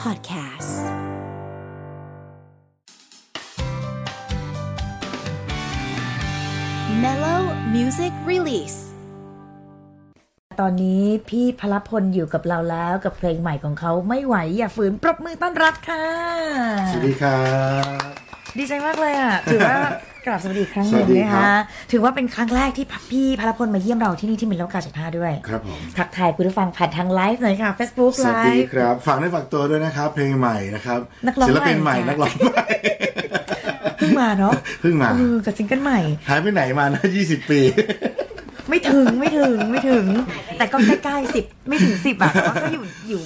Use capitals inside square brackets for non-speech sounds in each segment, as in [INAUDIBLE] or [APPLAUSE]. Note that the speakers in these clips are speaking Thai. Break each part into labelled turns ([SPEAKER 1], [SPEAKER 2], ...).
[SPEAKER 1] Podcast Mellow Music Release
[SPEAKER 2] ตอนนี้พี่พลพลอยู่กับเราแล้วกับเพลงใหม่ของเขาไม่ไหวอย่าฝืนปรบมือต้อนรับค่ะ
[SPEAKER 3] สวัสดีครับ
[SPEAKER 2] ดีใจมากเลยอ่ะ ถือว่ากราบสวัสดีอีกครั้งหนึ่
[SPEAKER 3] สวั
[SPEAKER 2] ง
[SPEAKER 3] สดี
[SPEAKER 2] นะ
[SPEAKER 3] ครั
[SPEAKER 2] คะ
[SPEAKER 3] บ
[SPEAKER 2] ถือว่าเป็นครั้งแรกที่พี่พลพลมาเยี่ยมเราที่นี่ที่มิลเลกาจุดห้าด้วย
[SPEAKER 3] ครับผม
[SPEAKER 2] ทักทายคุณผู้ฟังผ่านทางไลฟ์เลยค่ะ Facebook
[SPEAKER 3] ส
[SPEAKER 2] ไล
[SPEAKER 3] วัสดี
[SPEAKER 2] ฟ์
[SPEAKER 3] ครับฝากได้อฝากตัวด้วยนะครับ เพลงใหม่นะครับ
[SPEAKER 2] นักร้อง
[SPEAKER 3] ศิลปินใหม่
[SPEAKER 2] ใหม่
[SPEAKER 3] นักร้องใหม่
[SPEAKER 2] เพิ่งมาเนาะ
[SPEAKER 3] เพิ่งมา
[SPEAKER 2] ออกับซิงเกิลใหม่
[SPEAKER 3] หายไปไหนมานะ20 ปี
[SPEAKER 2] ไม่ถึงไม่ถึงไม่ถึง แต่ก็ใกล้ๆสิบไม่ถึงสิบอ่ะ [LAUGHS] แต่ว่าก็อยู่อยู่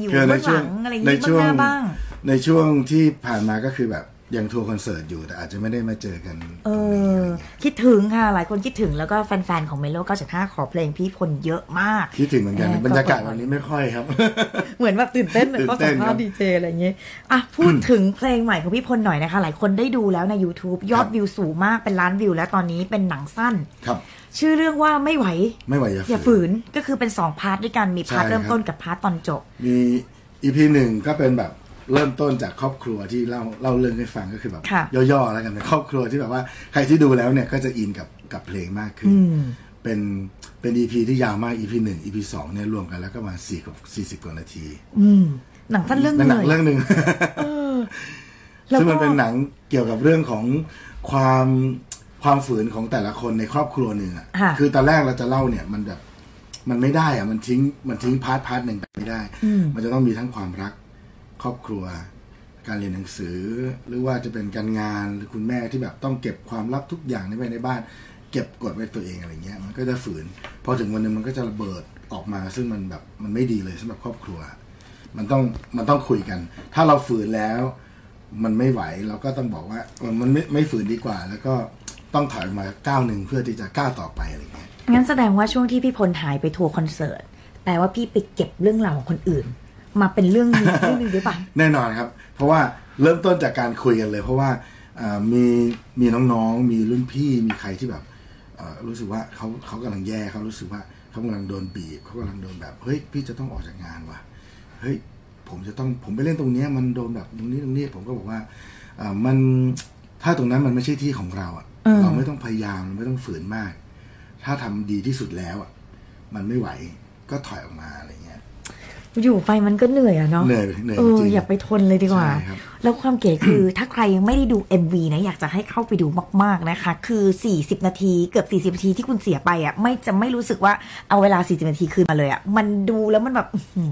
[SPEAKER 2] อยู่
[SPEAKER 3] คือใน
[SPEAKER 2] เบื้องห
[SPEAKER 3] ช่ว
[SPEAKER 2] ลั
[SPEAKER 3] ง
[SPEAKER 2] งอะไรอย่าง
[SPEAKER 3] ใน
[SPEAKER 2] งี้
[SPEAKER 3] ช่
[SPEAKER 2] เบื้องห
[SPEAKER 3] วง
[SPEAKER 2] น้าบ้าง
[SPEAKER 3] ในช่วงที่ผ่านมาก็คือแบบยังทัวร์คอนเสิร์ตอยู่แต่อาจจะไม่ได้มาเจอกัน
[SPEAKER 2] เอ
[SPEAKER 3] ตรง
[SPEAKER 2] อ
[SPEAKER 3] นี้อะไรเงี้ย
[SPEAKER 2] คิดถึงค่ะ หลายคนคิดถึงแล้วก็แฟนๆ ของเมโล95 ขอเพลงพี่พลเยอะมาก
[SPEAKER 3] คิดถึงเหมือนกัน
[SPEAKER 2] ะ
[SPEAKER 3] บรรยากาศ
[SPEAKER 2] เปิด
[SPEAKER 3] วันนี้ไม่ค่อย
[SPEAKER 2] [LAUGHS]
[SPEAKER 3] ครับ
[SPEAKER 2] เหมือนแบบตื่นเต้นเหมือนเขา
[SPEAKER 3] ตื่
[SPEAKER 2] สัม
[SPEAKER 3] นเต้น
[SPEAKER 2] ภาษ
[SPEAKER 3] ครั
[SPEAKER 2] ณ์
[SPEAKER 3] บ
[SPEAKER 2] ดีเจอะไรอย่างเงี้ยอ่ะพูดถึงเพลงใหม่ของพี่พลหน่อยนะคะ หลายคนได้ดูแล้วใน YouTube ยอด
[SPEAKER 3] ครับ
[SPEAKER 2] วิวสูงมากเป็นล้านวิว แล้วตอนนี้เป็นหนังสั้น
[SPEAKER 3] ครับ
[SPEAKER 2] ชื่อเรื่องว่าไม่ไหว
[SPEAKER 3] ไม่ไหวอย่
[SPEAKER 2] อา
[SPEAKER 3] ย่าฝื
[SPEAKER 2] ฝื
[SPEAKER 3] น
[SPEAKER 2] นก็คือเป็นสองพาร์ทด้วยกันมีพาร์ท
[SPEAKER 3] ใช่
[SPEAKER 2] เริ่ม
[SPEAKER 3] ครับ
[SPEAKER 2] ต้นกับพาร์ทตอนจบ
[SPEAKER 3] มีอีพีหนึ่งก็เป็นแบบเริ่มต้นจากครอบครัวที่เล่าเล่าเรื่องให้ฟังก็คือแบบ
[SPEAKER 2] ค่ะ
[SPEAKER 3] ย่อๆแล้วกันเป็นครอบครัวที่แบบว่าใครที่ดูแล้วเนี่ยก็จะอินกับกับเพลงมากขึ้น เป็นเป็นอีพีที่ยาวมากอีพีหนึ่งอีพีสองเนี่ยรวมกันแล้วก็มาสี่กับสี่สิบกว่านาที
[SPEAKER 2] หนังสั้นเรื่องห
[SPEAKER 3] เป็นหนั
[SPEAKER 2] นึ่
[SPEAKER 3] ง
[SPEAKER 2] ง
[SPEAKER 3] เรื่องหนึ่ง
[SPEAKER 2] แล้วก็
[SPEAKER 3] ซึ่งมันเป็นหนังเกี่ยวกับเรื่องของความความฝืนของแต่ละคนในครอบครัวหนึ่งอ่ะ
[SPEAKER 2] ค่ะ
[SPEAKER 3] คือตอนแรกเราจะเล่าเนี่ยมันแบบมันไม่ได้อ่ะมันทิ้งมันทิ้งพาร์ทพาร์ทหนึ่งไปไม่ได้ มันจะต้องมีทั้งความรัก ครอบครัว การเรียนหนังสือ หรือว่าจะเป็นการงานหรือคุณแม่ที่แบบต้องเก็บความลับทุกอย่างไว้ในบ้าน เก็บกดไว้ตัวเองอะไรเงี้ย มันก็จะฝืน พอถึงวันหนึ่งมันก็จะระเบิดออกมา ซึ่งมันแบบมันไม่ดีเลยสำหรับครอบครัว มันต้องมันต้องคุยกัน ถ้าเราฝืนแล้ว มันไม่ไหวเราก็ต้องบอกว่ามันมันไม่ไม่ฝืนดีกว่า แล้วก็ต้องถอยมาก้าวหนึ่งเพื่อที่จะก้าวต่อไปอะไรเงี้ย
[SPEAKER 2] งั้นแสดงว่าช่วงที่พี่พลหายไปทัวร์คอนเสิร์ตแปลว่าพี่ไปเก็บเรื่องราวของคนอื่น มาเป็นเรื่องนี้ เรื่องหนึงด้วยปะ
[SPEAKER 3] แน่นอนครับ เพราะว่าเริ่มต้นจากการคุยกันเลย เพราะว่าเอ่อมีมีน้องๆ มีรุ่นพี่มีใครที่แบบเอ่อรู้สึกว่าเขาเขากำลังแย่เขารู้สึกว่าเขากำลังโดนบีบเขากำลังโดนแบบเฮ้ยพี่จะต้องออกจากงานว่ะเฮ้ยผมจะต้องผมไปเล่นตรงเนี้ยมันโดนแบบตรงนี้ตรงนี้ผมก็บอกว่าเอ่อมันถ้าตรงนั้นมันไม่ใช่ที่ของเราอะ
[SPEAKER 2] เออ
[SPEAKER 3] เราไม่ต้องพยายามเราไม่ต้องฝืนมาก ถ้าทำดีที่สุดแล้วอะมันไม่ไหวก็ถอยออกมาอะไรเงี้ย
[SPEAKER 2] อยู่ไปมันก็เหนื่อยอะเนาะ
[SPEAKER 3] เหนื่อยเหนื่อย
[SPEAKER 2] เออ
[SPEAKER 3] จริงๆ
[SPEAKER 2] อย่าไปทนเลยดีกว่า
[SPEAKER 3] ใช่ครับ
[SPEAKER 2] แล้วความเก๋คือ [COUGHS] ถ้าใครยังไม่ได้ดู MV นะอยากจะให้เข้าไปดูมาก ๆนะคะ คือ 40 นาทีเกือบ 40 นาทีที่คุณเสียไปอะไม่จะไม่รู้สึกว่าเอาเวลา 40 นาทีคืนมาเลยอะมันดูแล้วมันแบบอื้อหื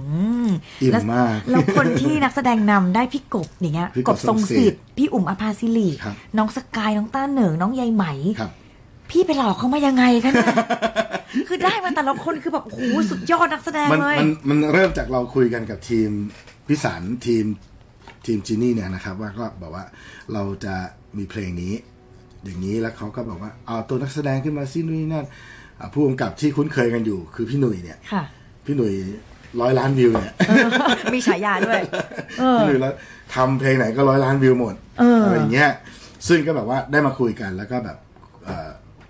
[SPEAKER 2] อ
[SPEAKER 3] อิ่ม
[SPEAKER 2] แล้ว
[SPEAKER 3] มาก
[SPEAKER 2] แล้วคนที่นักแสดงนำได้พี่กบอย่างเงี้ย
[SPEAKER 3] พี่
[SPEAKER 2] ก
[SPEAKER 3] ก
[SPEAKER 2] บบ ท
[SPEAKER 3] ท
[SPEAKER 2] ร
[SPEAKER 3] รง งศิ
[SPEAKER 2] ศิษ
[SPEAKER 3] ษย์
[SPEAKER 2] ย์พี่อุ่มอภาสิริ
[SPEAKER 3] ครับ
[SPEAKER 2] น้องสกายน้องต้าเหนิงน้องใยไหม
[SPEAKER 3] ครับ
[SPEAKER 2] พี่ไปหลอกเขามายังไงคะเนี่ย [LAUGHS] คือได้มาแต่ละคนคือแบบโอ้โหสุดยอดนักแสดง
[SPEAKER 3] มัน
[SPEAKER 2] เลย
[SPEAKER 3] มันมันเริ่มจากเราคุยกันกับทีมพิสารทีมทีมจีนี่เนี่ยนะครับ ว่าก็บอกว่าเราจะมีเพลงนี้ อย่างนี้แล้วเขาก็บอกว่าเอาตัวนักแสดงขึ้นมาซินู่นนี่นั่นอ่ะผู้กำกับที่คุ้นเคยกันอยู่ คือพี่หนุ่ยเนี่ย
[SPEAKER 2] ค่ะ
[SPEAKER 3] พี่หนุ่ยร้อยล้านวิวเนี่ย
[SPEAKER 2] มีฉายาด้วย เออ
[SPEAKER 3] พี่หนุ่ยแล้วทำเพลงไหนก็ร้อยล้านวิวหมด
[SPEAKER 2] เอออ
[SPEAKER 3] ไรอย่างเงี้ยซึ่งก็แบบว่าได้มาคุยกันแล้วก็แบบเอ่อ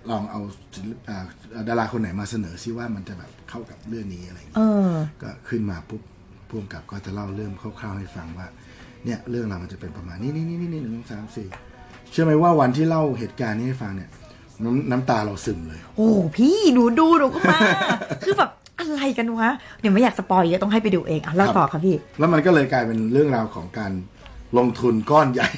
[SPEAKER 3] ลองเอาศิลปอ่าดาราคนไหนมาเสนอซิว่ามันจะแบบเข้ากับเรื่องนี้อะไรอย่างเงี้ย
[SPEAKER 2] เออ
[SPEAKER 3] ก็ขึ้นมาปุ๊บพ่วงกับก็จะเล่าเรื่องคร่าวๆให้ฟังว่า เนี่ยเรื่องราวมันจะเป็นประมาณนี้นี่นี่นี่หนึ่งสองสามสี่เชื่อไหมว่าวันที่เล่าเหตุการณ์นี้ให้ฟังเนี่ยน้ำน้ำตาเราซึมเลย
[SPEAKER 2] โอ้โหพี่หนูดูหนูก็มา [LAUGHS] คือแบบอะไรกันวะเดี๋ยวไม่อยากสปอยเยอะต้องให้ไปดูเองอ่ะเล่าต่อค่ะพี่
[SPEAKER 3] แล้วมันก็เลยกลายเป็นเรื่องราวของการลงทุนก้อนใหญ่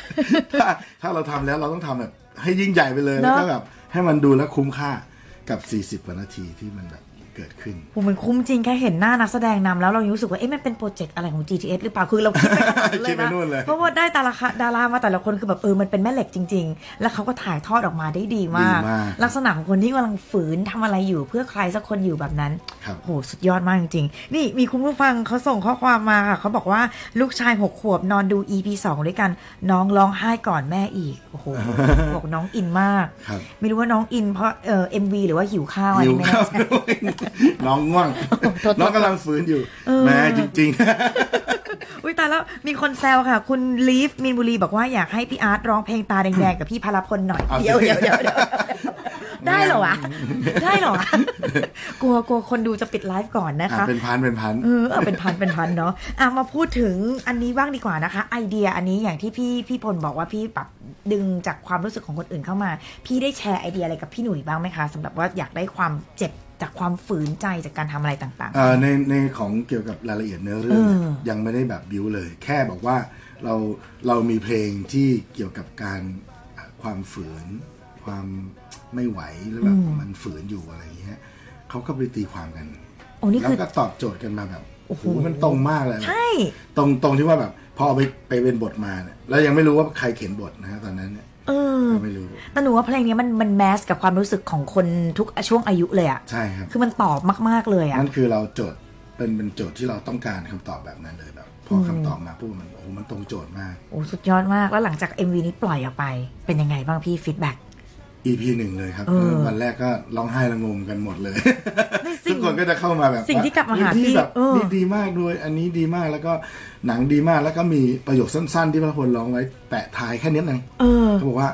[SPEAKER 3] [LAUGHS] ถ้าถ้าเราทำแล้วเราต้องทำแบบให้ยิ่งใหญ่ไปเลย
[SPEAKER 2] เนอะ
[SPEAKER 3] แล้วก็แบบให้มันดูแล้วคุ้มค่ากับ 40กว่านาทีที่มันแบบเกิดขึ้น
[SPEAKER 2] ผมมันคุ้มจริงแค่เห็นหน้านักแสดงนำแล้วเรายังรู้สึกว่า เอ๊ะมันเป็นโปรเจกต์อะไรของ GTS หรือเปล่า คือเราคิดไปขนาดนั้นเล
[SPEAKER 3] คิ
[SPEAKER 2] ย
[SPEAKER 3] ดไป
[SPEAKER 2] นะ
[SPEAKER 3] นู่นเลย
[SPEAKER 2] เพราะว่าได้แต่ละคะดารามาแต่ละคนคือแบบเออมันเป็นแม่เหล็กจริง ๆ แล้วเขาก็ถ่ายทอดออกมาได้ดีมาก ลักษณะของคนที่กำลังฝืนทำอะไรอยู่เพื่อใครสักคนอยู่แบบนั้น
[SPEAKER 3] ครับ
[SPEAKER 2] โหสุดยอดมากจริงๆ นี่มีคุณผู้ฟังเขาส่งข้อความมาค่ะเขาบอกว่าลูกชายหกขวบนอนดู EP สองด้วยกัน น้องร้องไห้ก่อนแม่อีก โอ้โห บอกน้องอินมาก
[SPEAKER 3] ครับ
[SPEAKER 2] ไม่รู้ว่าน้องอินเพราะเอ่อ MV หรือว่าหิวข้าวอะไร
[SPEAKER 3] หิว
[SPEAKER 2] ไม่แน่
[SPEAKER 3] ครับ
[SPEAKER 2] ใจ
[SPEAKER 3] ด้วย [LAUGHS] น้องง่วง
[SPEAKER 2] [LAUGHS] โทษ
[SPEAKER 3] น้องกำลังฝืนอยู่แหม่จริงๆ
[SPEAKER 2] อุ้ยตายแล้วมีคนแซวค่ะ คุณลีฟมินบุรีบอกว่าอยากให้พี่อาร์ตร้องเพลงตาแดงๆ กับพี่พลพลหน่อย
[SPEAKER 3] เอาสิ
[SPEAKER 2] เดี๋ยวเดี๋ยวเดี๋ยว ได้เหรอวะ ได้เหรอวะกลัวกลัวคนดูจะปิดไลฟ์ก่อนนะ
[SPEAKER 3] อ่ะ
[SPEAKER 2] คะ
[SPEAKER 3] เป็นพันเป็นพัน
[SPEAKER 2] เออเออเป็นพันเป็นพันเนาะอ่ะมาพูดถึงอันนี้บ้างดีกว่านะคะ ไอเดียอันนี้อย่างที่พี่พี่พลบอกว่าพี่ปรับดึงจากความรู้สึกของคนอื่นเข้ามา พี่ได้แชร์ไอเดียอะไรกับพี่หนุ่ยบ้างไหมคะสำหรับว่าอยากได้ความเจ็บจากความฝืนใจจากการทำอะไรต่าง
[SPEAKER 3] เอ่อในในของเกี่ยวกับรายละเอียดเนื้อเรื่องเนี่ยยังไม่ได้แบบบิวเลย แค่บอกว่าเราเรามีเพลงที่เกี่ยวกับการอ่ะความฝืน ความไม่ไหวแล้วแบบมันฝืนอยู่อะไรอย่างเงี้ยเขาก็ไปตีความกัน
[SPEAKER 2] โอ้นี่
[SPEAKER 3] แล้ว
[SPEAKER 2] คือ
[SPEAKER 3] ก็ตอบโจทย์กันมาแบบ
[SPEAKER 2] โอ้
[SPEAKER 3] โอ้
[SPEAKER 2] โห
[SPEAKER 3] โหมันตรงมากเลย
[SPEAKER 2] ๆใช่
[SPEAKER 3] ตรงตรงที่ว่าแบบพอเอาไปไปเป็นบทมาเนี่ยแล้วยังไม่รู้ว่าใครเขียนบทนะฮะตอนนั้นเนี่ย
[SPEAKER 2] เออ
[SPEAKER 3] ก็ไม่รู้
[SPEAKER 2] แต่หนูว่าเพลงนี้มันมันแมสกับความรู้สึกของคนทุกช่วงอายุเลยอะ
[SPEAKER 3] ใช่ครับ
[SPEAKER 2] คือมันตอบมากๆเลยอะ
[SPEAKER 3] นั่นคือเราโจทย์เป็นเป็นโจทย์ที่เราต้องการคำตอบแบบนั้นเลยแบบ พอคำตอบมาปุ๊บมันโอ้โหมันตรงโจทย์มาก
[SPEAKER 2] โอ้สุดยอดมากแล้วหลังจาก MV นี้ปล่อยออกไป เป็นยังไงบ้างพี่ฟีดแบ็ก
[SPEAKER 3] EP หนึ่งเลยครับ
[SPEAKER 2] เออ
[SPEAKER 3] วันแรกก็ร้องไห้ระงมกันหมด
[SPEAKER 2] [LAUGHS]
[SPEAKER 3] เลย
[SPEAKER 2] ไม่สิ่ง
[SPEAKER 3] ทุกคนก็จะเข้ามาแบบ
[SPEAKER 2] สิ่งที่กลับมาหา
[SPEAKER 3] เฮ้ย
[SPEAKER 2] พี่
[SPEAKER 3] แบบ
[SPEAKER 2] เออ
[SPEAKER 3] นี่ดีมากด้วย อันนี้ดีมากแล้วก็หนังดีมากแล้วก็มีประโยคสั้น ๆ ที่พระพลร้องไว้แปะท้ายแค่นี้เอง
[SPEAKER 2] เออ
[SPEAKER 3] เขาบอกว่า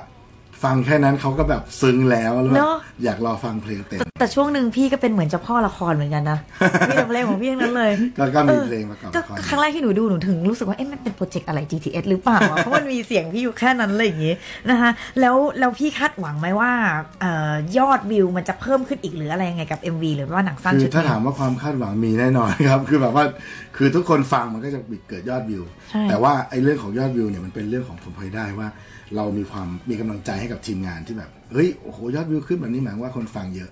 [SPEAKER 3] ฟังแค่นั้นเขาก็แบบซึ้งแล้วแล้วแบ
[SPEAKER 2] เน
[SPEAKER 3] บ
[SPEAKER 2] อะ
[SPEAKER 3] อยากรอฟังเพลงเต็ม
[SPEAKER 2] แต่ช่วงหนึ่งพี่ก็เป็นเหมือนเจ้าพ่อละครเหมือนกันนะ พี่ทำเพลงของพี่ทั้งนั้นเลย
[SPEAKER 3] แล้วก็มี
[SPEAKER 2] ออ
[SPEAKER 3] เพลงประกอบ
[SPEAKER 2] ก็
[SPEAKER 3] [LAUGHS] ละคร
[SPEAKER 2] ก็ครั้งแรกที่หนูดูหนูถึงรู้สึกว่าเอ๊ะมันเป็นโปรเจกต์อะไร GTS หรือเปล่าวะ เพราะมันมีเสียงพี่อยู่แค่นั้นเลยอย่างงี้นะคะแล้วแล้วพี่คาดหวังไหมว่าเอ่อยอดวิวมันจะเพิ่มขึ้นอีกหรืออะไรยังไงกับ MV หรือว่าหนังสั้น
[SPEAKER 3] คื
[SPEAKER 2] ชุ
[SPEAKER 3] อ
[SPEAKER 2] ด
[SPEAKER 3] ถ้า
[SPEAKER 2] นี้
[SPEAKER 3] ถามว่าความคาดหวังมีแน่นอน ครับ [LAUGHS] คือแบบว่าคือทุกคนฟังมันก็จะเกิดยอดวิว
[SPEAKER 2] ใช่
[SPEAKER 3] แต่ว่าไอ้เรื่องของยอดวิวเนี่ยมันเป็นเรื่องของผลพลอยได้ว่า เรามีความมีกำลังใจให้กับทีมงานที่แบบเฮ้ยโอ้โหยอดวิวขึ้นแบบนี้หมายความว่าคนฟังเยอะ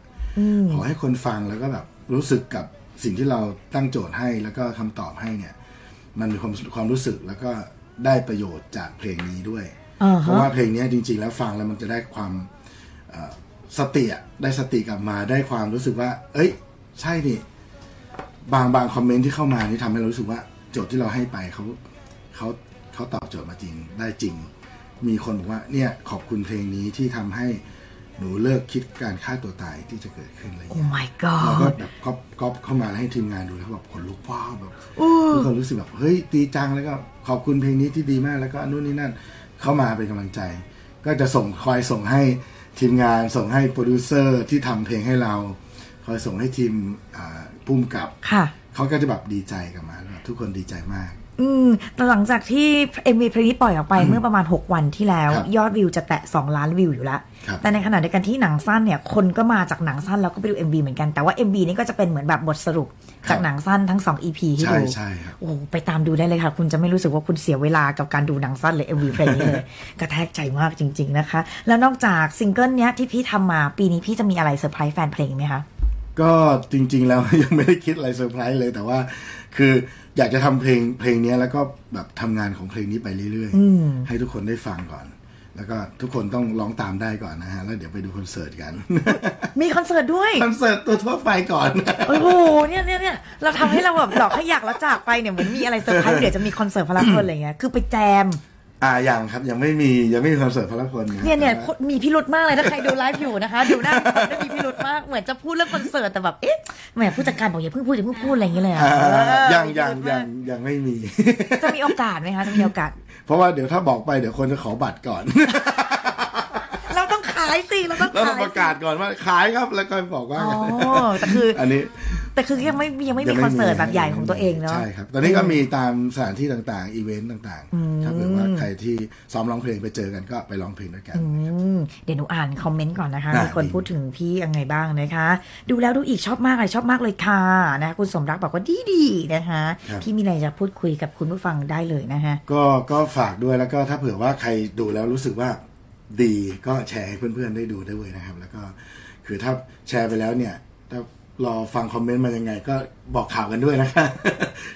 [SPEAKER 3] ขอให้คนฟังแล้วก็แบบรู้สึกกับสิ่งที่เราตั้งโจทย์ให้แล้วก็คำตอบให้เนี่ย มันมีความความรู้สึกแล้วก็ได้ประโยชน์จากเพลงนี้ด้วย
[SPEAKER 2] อ่าฮะ
[SPEAKER 3] เพราะว่าเพลงเนี้ยจริง ๆ แล้วฟังแล้วมันจะได้ความเอ่อสติอะได้สติกลับมาได้ความรู้สึกว่า เอ้ย ใช่นี่ บางบางคอมเมนต์ที่เข้ามานี่ทำให้เรารู้สึกว่าโจทย์ที่เราให้ไปเขาเขาเขาตอบโจทย์มาจริงได้จริง มีคนบอกว่าเนี่ยขอบคุณเพลงนี้ที่ทำให้หนูเลิกคิดการฆ่าตัวตายที่จะเกิดขึ้นอะไรอย่าง
[SPEAKER 2] โอ้
[SPEAKER 3] เงี้ย
[SPEAKER 2] my
[SPEAKER 3] เราก็
[SPEAKER 2] god
[SPEAKER 3] แบบก๊อปก๊อปเข้ามาแล้วให้ทีมงานดูแล้วแบบขนลุกว้าวแบบทุกคนรู้สึกแบบเฮ้ยตีจังแล้วก็ขอบคุณเพลงนี้ที่ดีมากแล้วก็นู่นนี่นั่นเข้ามาเป็นกำลังใจ ก็จะส่งคอยส่งให้ทีมงานส่งให้โปรดิวเซอร์ที่ทำเพลงให้เรา คอยส่งให้ทีมอ่าพุ่มกับ
[SPEAKER 2] ค่ะ
[SPEAKER 3] เขาก็จะแบบดีใจกลับมาแล้วแบบทุกคนดีใจมาก
[SPEAKER 2] อืมแต่หลังจากที่ MV เพลงนี้ปล่อยออกไปเมื่อประมาณ 6 วันที่แล้ว
[SPEAKER 3] ครับ
[SPEAKER 2] ยอดวิวจะแตะ 2 ล้านวิวอยู่แล้ว
[SPEAKER 3] ครับ
[SPEAKER 2] แต่ในขณะเดียวกันที่หนังสั้นเนี่ยคนก็มาจากหนังสั้นแล้วก็ไปดู MV เหมือนกัน แต่ว่า MV นี่ก็จะเป็นเหมือนแบบบทสรุปจากหนังสั้นทั้ง 2 EP ที่
[SPEAKER 3] ใช่
[SPEAKER 2] ดู
[SPEAKER 3] ใช่ครับ
[SPEAKER 2] โอ้โหไปตามดูได้เลยค่ะ คุณจะไม่รู้สึกว่าคุณเสียเวลากับการดูหนังสั้นหรือ MV เพลงนี้ [LAUGHS] เลย กระแทกใจมากจริง ๆนะคะ แล้วนอกจากซิงเกิลเนี้ยที่พี่ทำมาปีนี้พี่จะมีอะไรเซอร์ไพรส์แฟนเพลงไหมคะ
[SPEAKER 3] ก็จริง ๆ แล้ว [LAUGHS] ยังไม่ได้คิดอะไรเซอร์ไพรส์เลยแต่ว่าคืออยากจะทำเพลงเพลงเนี้ยแล้วก็แบบทำงานของเพลงนี้ไปเรื่อยๆ ให้ทุกคนได้ฟังก่อน แล้วก็ทุกคนต้องร้องตามได้ก่อนนะฮะ แล้วเดี๋ยวไปดูคอนเสิร์ตกัน
[SPEAKER 2] [LAUGHS]
[SPEAKER 3] [LAUGHS]
[SPEAKER 2] มีคอนเสิร์ตด้วย
[SPEAKER 3] คอนเสิร์ตตัวทั่วไปก่อน [LAUGHS]
[SPEAKER 2] โอ้โห เนี่ยเนี่ยเนี่ยเราทำให้เราแบบหลอกให้อยากแล้วจากไปเนี่ยเหมือนมีอะไรเซอร์ไพรส์เดี๋ยวจะมีคอนเสิร์ตพลาเพลอะไรเงี้ย คือไปแจม
[SPEAKER 3] อ่ายังครับยังไม่มียังไม่มีคอนเสิร์ตพระละพลนะ
[SPEAKER 2] เนี่ยเนี่ย
[SPEAKER 3] แต่ว่า
[SPEAKER 2] มีพิรุธมากเลยถ้าใครดูไลฟ์อยู่นะคะ ดูหน้าพี่พลได้มีพิรุธมาก เหมือนจะพูดเรื่องคอนเสิร์ตแต่แบบ เอ๊ะ แหมผู้จัดการบอกอย่าเพิ่งพูดอย่าเพิ่งพูดอะไรอย่างเงี้ยเลยอะ
[SPEAKER 3] อ่า
[SPEAKER 2] เออ
[SPEAKER 3] ยัง
[SPEAKER 2] มี
[SPEAKER 3] ยัง
[SPEAKER 2] พิรุธ
[SPEAKER 3] ยั
[SPEAKER 2] มาก
[SPEAKER 3] งยังไม่มี [LAUGHS]
[SPEAKER 2] จะมีโอกาสไหมคะ จะมีโอกาส
[SPEAKER 3] เพราะว่าเดี๋ยวถ้าบอกไปเดี๋ยวคนจะขอบัตรก่อน [LAUGHS]
[SPEAKER 2] เราต้องขายสิ เราต้อง
[SPEAKER 3] แล้วเรา
[SPEAKER 2] ขาย
[SPEAKER 3] ประกาศก่อนว่าขายครับแล้วก็บอกว่า
[SPEAKER 2] อ๋อแต่คือ
[SPEAKER 3] อันนี้
[SPEAKER 2] แต่คือยังไม่ยังไม่มีคอนเสิร์ตแบบใหญ่ของตัวเองเนาะ
[SPEAKER 3] ใช่ครับ ตอนนี้ก็มีตามสถานที่ต่างๆ อีเวนต์ต่างๆถ้าเกิดว่าใครที่ซ้อมร้องเพลงไปเจอกันก็ไปร้องเพลงด้วยกัน
[SPEAKER 2] อืมเดี๋ยวหนูอ่านคอมเมนต์ก่อนนะคะ
[SPEAKER 3] ได้
[SPEAKER 2] มีคนพูดถึงพี่ยังไงบ้างนะคะ ดูแล้วดูอีกชอบมากเลยชอบมากเลยค่ะนะคะคุณสมรักบอกว่าดีดีๆนะคะ พี่มีอะไรจะพูดคุยกับคุณผู้ฟังได้เลยนะคะ
[SPEAKER 3] ก็ก็ฝากด้วยแล้วก็ถ้าเผื่อว่าใครดูแล้วรู้สึกว่าดีก็แชร์ให้เพื่อนๆได้ดูด้วยนะครับ แล้วก็คือถ้าแชร์ไปแล้วเนี่ยถ้ารอฟังคอมเมนต์มายังไง ก็บอก [LAUGHS] ข่าวกันด้วยนะคะ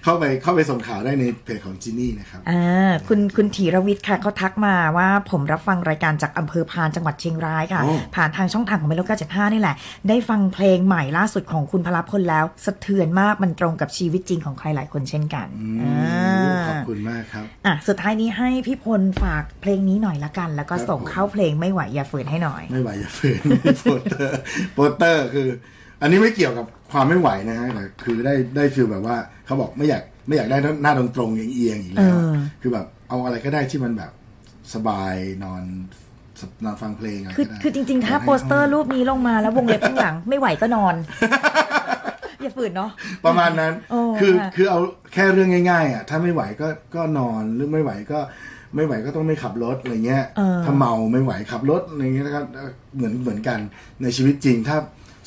[SPEAKER 3] เข้าไปเข้าไปส่งข่าวได้ในเพจของจินนี่นะครับ
[SPEAKER 2] อ่าคุณคุณธีรวิทย์ค่ะเขาทักมาว่าผมรับฟังรายการจากอำเภอพานจังหวัดเชียงรายค่ะ
[SPEAKER 3] โอ้
[SPEAKER 2] ผ่านทางช่องทางของเมโล975 นี่แหละ ได้ฟังเพลงใหม่ล่าสุดของคุณพลพลแล้วสะเทือนมากมันตรงกับชีวิตจริงของใครหลายคนเช่นกัน
[SPEAKER 3] อื
[SPEAKER 2] อ่
[SPEAKER 3] มา ขอบคุณมากครับ
[SPEAKER 2] อ่ะ สุดท้ายนี้ให้พี่พลฝากเพลงนี้หน่อยละกัน แล้วก็
[SPEAKER 3] ครับ
[SPEAKER 2] ส่ง
[SPEAKER 3] ผม
[SPEAKER 2] เข้าเพลงไม่ไหวอย่าฝืนให้หน่อย
[SPEAKER 3] ไม่ไหวอย่าฝืน [LAUGHS] โปสเตอร์โปสเตอร์คือ อันนี้ไม่เกี่ยวกับความไม่ไหวนะฮะแต่คือได้ได้ฟีลแบบว่าเขาบอกไม่อยากไม่อยากได้หน้าตรงๆเอียงๆอีกแล้ว
[SPEAKER 2] เออ
[SPEAKER 3] คือแบบเอาอะไรก็ได้ที่มันแบบสบายนอน นอนฟังเพลงอะไร
[SPEAKER 2] คือ
[SPEAKER 3] ก็ได้
[SPEAKER 2] คือจริง ๆ ถ้า
[SPEAKER 3] แต่ให้
[SPEAKER 2] โปสเตอร์รูปนี้ลงมาแล้ววงเล็บข้างหลัง ไม่ไหวก็นอน
[SPEAKER 3] [LAUGHS]
[SPEAKER 2] อย่าฝืนเนาะ
[SPEAKER 3] ประมาณนั้น
[SPEAKER 2] โอ้
[SPEAKER 3] คือ
[SPEAKER 2] ค่ะ
[SPEAKER 3] คือเอาแค่เรื่องง่ายๆอ่ะถ้าไม่ไหวก็ก็นอนหรือไม่ไหวก็ไม่ไหวก็ต้องไม่ขับรถอะไรเงี้ยถ้าเมาไม่ไหวขับรถอะไรเงี้ยนะครับเหมือนเหมือนกันในชีวิตจริงถ้า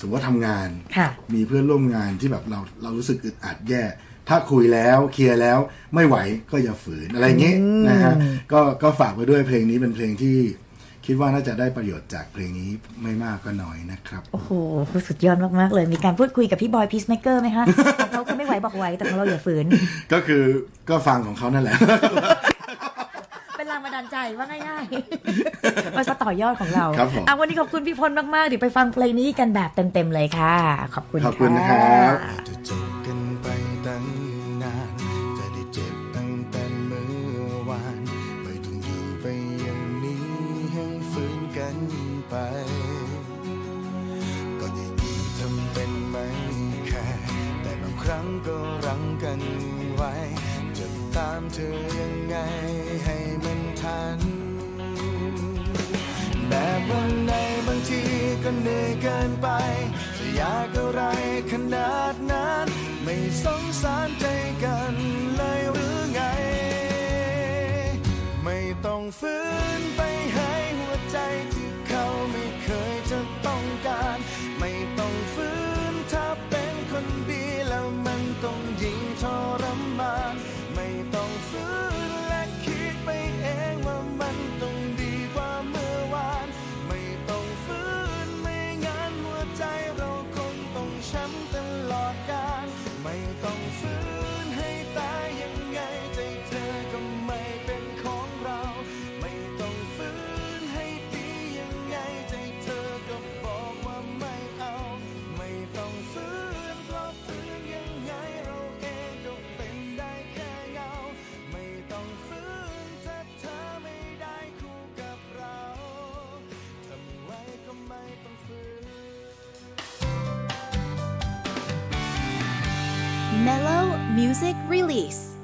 [SPEAKER 3] สมมติว่าทำงาน
[SPEAKER 2] ค่ะ
[SPEAKER 3] มีเพื่อนร่วมงานที่แบบเราเรารู้สึกอึดอัดแย่ ถ้าคุยแล้วเคลียร์แล้วไม่ไหวก็อย่าฝืนอะไรอย่างเงี้ยนะฮะก็ก็ฝากไว้ด้วยเพลงนี้เป็นเพลงที่คิดว่าน่าจะได้ประโยชน์จากเพลงนี้ไม่มากก็น้อยนะครับ
[SPEAKER 2] โอ้โห สุดยอดมาก ๆ เลย มีการพูดคุยกับพี่บอยพีซเมเกอร์ไหมคะ ของเขาเขาไม่ไหวบอกไหวแต่ของเราอย่าฝืน
[SPEAKER 3] ก็คือก็ฟังของเขานั่น [LAUGHS] แหละ
[SPEAKER 2] เป็นแรงบันดาลใจว่าง่าย
[SPEAKER 3] [LAUGHS]
[SPEAKER 2] ๆ มาสต่อยอดของเรา
[SPEAKER 3] ครับผม
[SPEAKER 2] อ่ะวันนี้ขอบคุณพี่พลมาก ๆ เดี๋ยวไปฟังเพลงนี้กันแบบเต็ม ๆ เลยค่ะ ขอบคุณ
[SPEAKER 3] ขอบคุณนะครับ
[SPEAKER 4] อาจจะจบกันไปตั้งนาน จะได้เจ็บตั้งแต่เมื่อวาน ไม่ต้องอยู่ไปอย่างนี้ให้ฟื้นกันไป ก็อย่ายิ่งทำเป็นไม่แค่แต่บางครั้งก็รั้งกันไว้ จะตามเธอยังไงให้มันทัน แบบวันในบางทีก็เหนื่อยเกินไป จะอยากอะไรขนาดนั้น ไม่สงสารใจกันเลยหรือไง ไม่ต้องฝืนไปให้หัวใจที่เขาไม่เคยจะต้องการ ไม่ต้องฝืนถ้าเป็นคนดีแล้วมันต้องยิ่งทรมาน ไม่ต้องฝืนและคิดไปเองว่ามันต้องดีกว่าเมื่อวาน ไม่ต้องฝืนไม่งั้นหัวใจเราคงต้องช้ำตลอดกาลไม่ต้องฝืนให้ตายยังไงใจเธอก็ไม่เป็นของเรา ไม่ต้องฝืนให้ดียังไงใจเธอก็บอกว่าไม่เอา ไม่ต้องฝืนเพราะฝืนยังไงเราเองก็เป็นได้แค่เงา ไม่ต้องฝืนถ้าเธอไม่ได้คู่กับเราทำไว้ก็ไม่ต้องฝืน
[SPEAKER 1] Mellow Music Release.